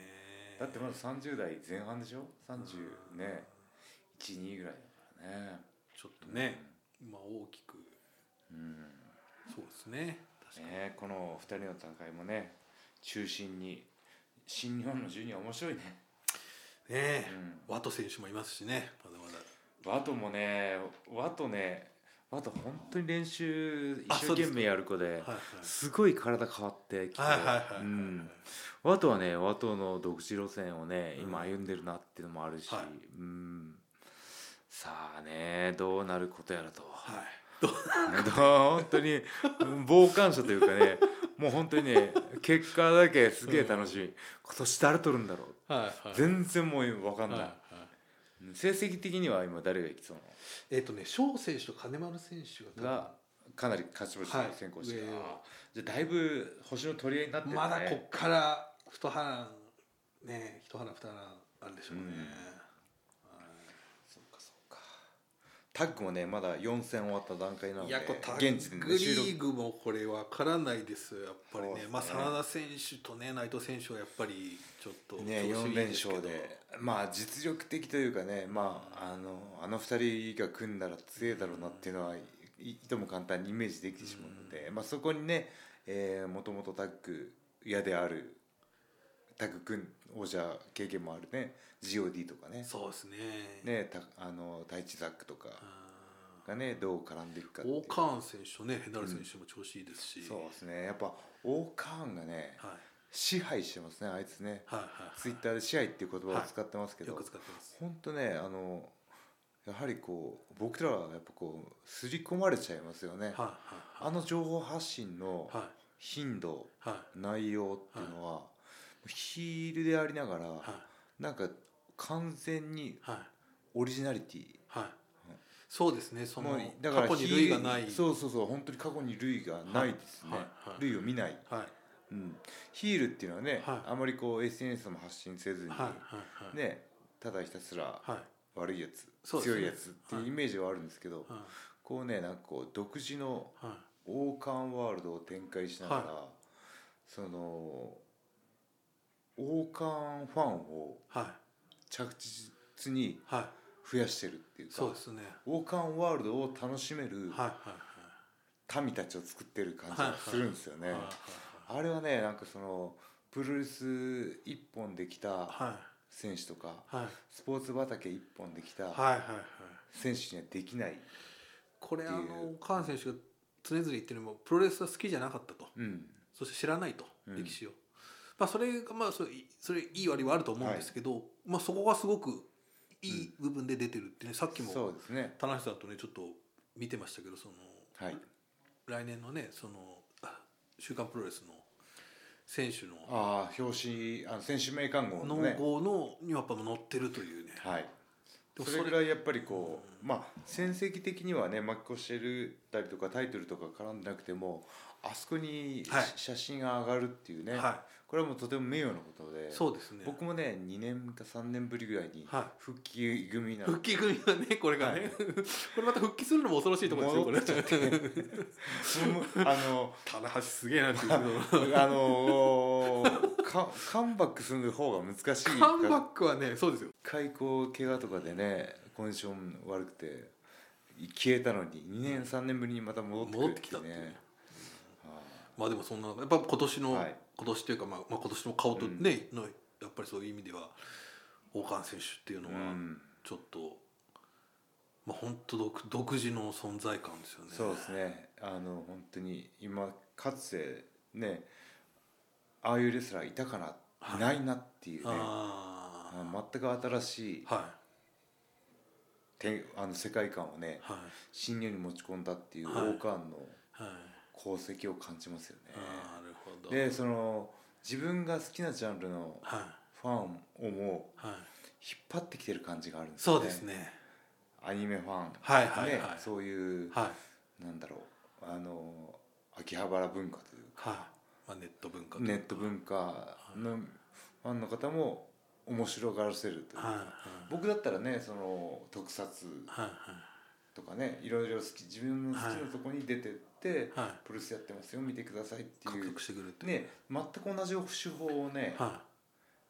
だってまだ30代前半でしょうん30ね12ぐらいだからねちょっとね、まあ大きくうんそうですね確かに、ね、この2人の戦いもね中心に新日本のジュニア面白いね、ねえうん、ワト選手もいますしねまだまだワトもねワトねワト本当に練習あ一生懸命やる子ではいすごい体変わってきてはいはいはいはいはいはういんワトはねワトの独自路線をねうん今歩んでるなっていうのもあるし、はいうんさあねどうなることやらと、はいどう本当に傍観者というかねもう本当にね結果だけすげえ楽しみ、今年誰取るんだろうはいはい全然もう分かんない、はいはいうん成績的には今誰がいきそうなのえっ、とね翔選手と金丸選手が多分がかなり勝ち星はい先行してる、上をじゃあだいぶ星の取り合いになってるねまだこっから一波乱ね一波乱二波乱あるでしょうね、うんはいそうかそうタッグもねまだ4戦終わった段階なのいでやこうタッ現地でグねリ収録ーグもこれ分からないですよやっぱそりねうですねまあ真田選手とね内藤選手はやっぱりちょっとね調子いい4連ですけど勝でまあ実力的というかねまああのあの2人が組んだら強いだろうなっていうのはいいいとも簡単にイメージできてしまうので、まあ、そこにねもともとタッグ嫌であるタッグ組ん王者経験もあるね GOD とかねそうですねねたあの太一ザックとかうがねどう絡んでいくかっていんうオーカーン選手とねヘナル選手も調子いいですし、そうですねやっぱオーカーンがねはい支配してますねあいつねはいはいツイッターで支配っていう言葉を使ってますけど、よく使ってます本当ねあのやはりこう僕らはやっぱこう刷り込まれちゃいますよね、はいあの情報発信のはい頻度、はいはい内容っていうのは、ヒールでありながら、はいなんか完全にはいオリジナリティはいそうですねそのもう過去に類がないヒールそうそうそう本当に過去に類がないですね、はいはいはい類を見ない、はういん、ヒールっていうのはね、はいあまりこう SNS でも発信せずに、はいはいはいねただひたすらはい悪いやつ、そうですね強いやつっていうイメージはあるんですけど、はいこうねなんかこう独自のはい王冠ワールドを展開しながら、はその王冠ファンをはい着実にはい増やしてるっていうかそうですね王冠ワールドを楽しめるはいはい民たちを作ってる感じはいがはいするんですよね。はいはいあれはねなんかそのプロレス一本できたはい選手とかはいはいスポーツ畑一本できたはいはいはい選手にはできない、これあっていのカーン選手が常々言ってるのもプロレスは好きじゃなかったとうん、そして知らないとうん歴史を、まあそれがまあそれいそれいい割はあると思うんですけど、まあそこがすごくいい部分で出てるってね、さっきもそうですね田中さんとねちょっと見てましたけどそのはい来年のねそのあ週刊プロレスの選手のああ表紙あの選手名鑑号の農ね号のにやっぱ載ってるというね、はいでもそれぐらいやっぱりこう、まあ戦績的にはね負け越してるたりとかタイトルとか絡んでなくてもあそこにし、はい写真が上がるっていうね、はこれはもうとても名誉なことでい、そうですね僕もね2年か3年ぶりぐらいには復帰組なの復帰組はねこれがね、はい *laughs* これまた復帰するのも恐ろしいところですよこ戻っれちゃってもう *laughs* あ *laughs* の棚橋すげえなって *laughs* 言うけどあのーかカムバックする方が難しいかカムバックはねそうですよ開口怪我とかでねコンディション悪くて消えたのに2年3年ぶりにまた戻ってく戻るってきたっていうねはまあでもそんなやっぱ今年の、はい今年というか、まあ、まあ今年の顔とね、のやっぱりそういう意味では王冠選手っていうのあうはん、ちょっと、まあ本当独独自の存在感ですよねそうですねあの本当に今かつてねああいうレスラーいたかな、はいい、ないなっていうねあああ全く新しいはてあの世界観をねいはい新入に持ち込んだっていうはい王冠のはい、功績を感じますよね。あーなるほどでその自分が好きなジャンルのはいファンをもはい引っ張ってきてる感じがあるんですそうですねアニメファン、はいはいはいね、そういう、はいなんだろうあの秋葉原文化というはい、まあ、ネット文化かネット文化のファンの方も面白がらせるというか、はいはい僕だったらねその特撮はいとかねいろいろ好き自分の好きなとこに出てって、はいはいプロレスやってますよ見てくださいって獲いう得してくるっていうね全く同じ手法をね、は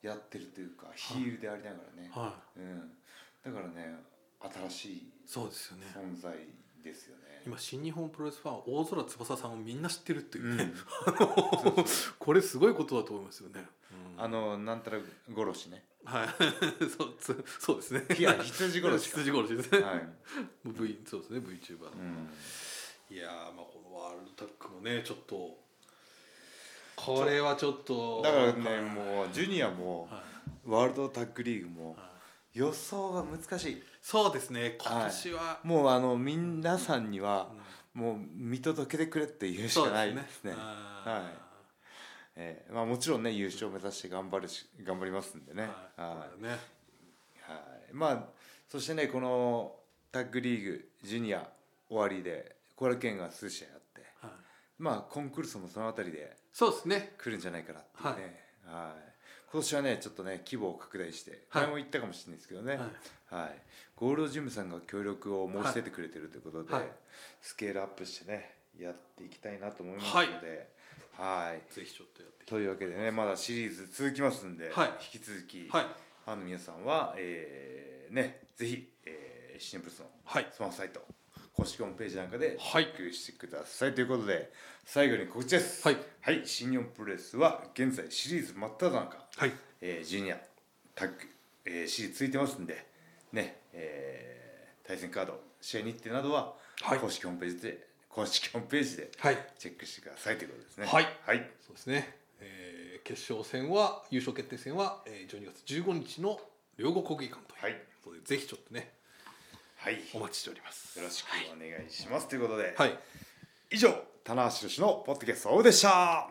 やってるというかヒールでありながらねい、はうん、だからね新しいいそうですよね存在ですよね。今新日本プロレスファンは大空翼さんをみんな知ってるっていううね、んこれすごいことだと思いますよね、うんあのなんたら殺し *laughs* ね。はいそうつそうですねいや羊殺しか。 *laughs* 羊殺しですね、はい。もう V そうですね VTuber、うん。いやーまあこのワールドタックもねちょっとこれはちょっとだからはいねもうジュニアもはいワールドタッグリーグもは予想が難しい。いそうですね今年は、もうあの皆さんにはうんもう見届けてくれって言うしそうかないですね。はえーまあもちろんね優勝目指して頑張るし頑張りますんでいね。は、はいねい。はい。まあそしてねこのタッグリーグジュニア終わりで後楽園が数試合あって。はい、まあコンクルールもそのあたりでそうですね来るんじゃないかなっていうね、はい今年はねちょっとね規模を拡大してはい前も言ったかもしれないですけどね、はいはいゴールドジムさんが協力を申し出てくれてるということで、はいスケールアップしてねやっていきたいなと思いますのではいぜひちょっとやってというわけでねまだシリーズ続きますんで、はい引き続き、はいファンの皆さんは、えーねぜひ、えー、シネプルスのはいスマホサイト公式ホームページなんかではいチェックしてくださいということで最後に告知ですはい、はい、新日本プロレスは現在シリーズ真っ只中、はいえー、ジュニアタッグ、えー、シリーズ続いてますんでね、えー対戦カード試合日程などははい公式ホームページで、公式ホームページではいチェックしてくださいということですねはいはいそうですね、えー決勝戦は優勝決定戦は、えー、12月15日の両国国技館というはいことで、ぜひちょっとねはいお待ちしておりますよろしくお願いします、ということで、はい以上棚橋宏のポッドキャストオフでした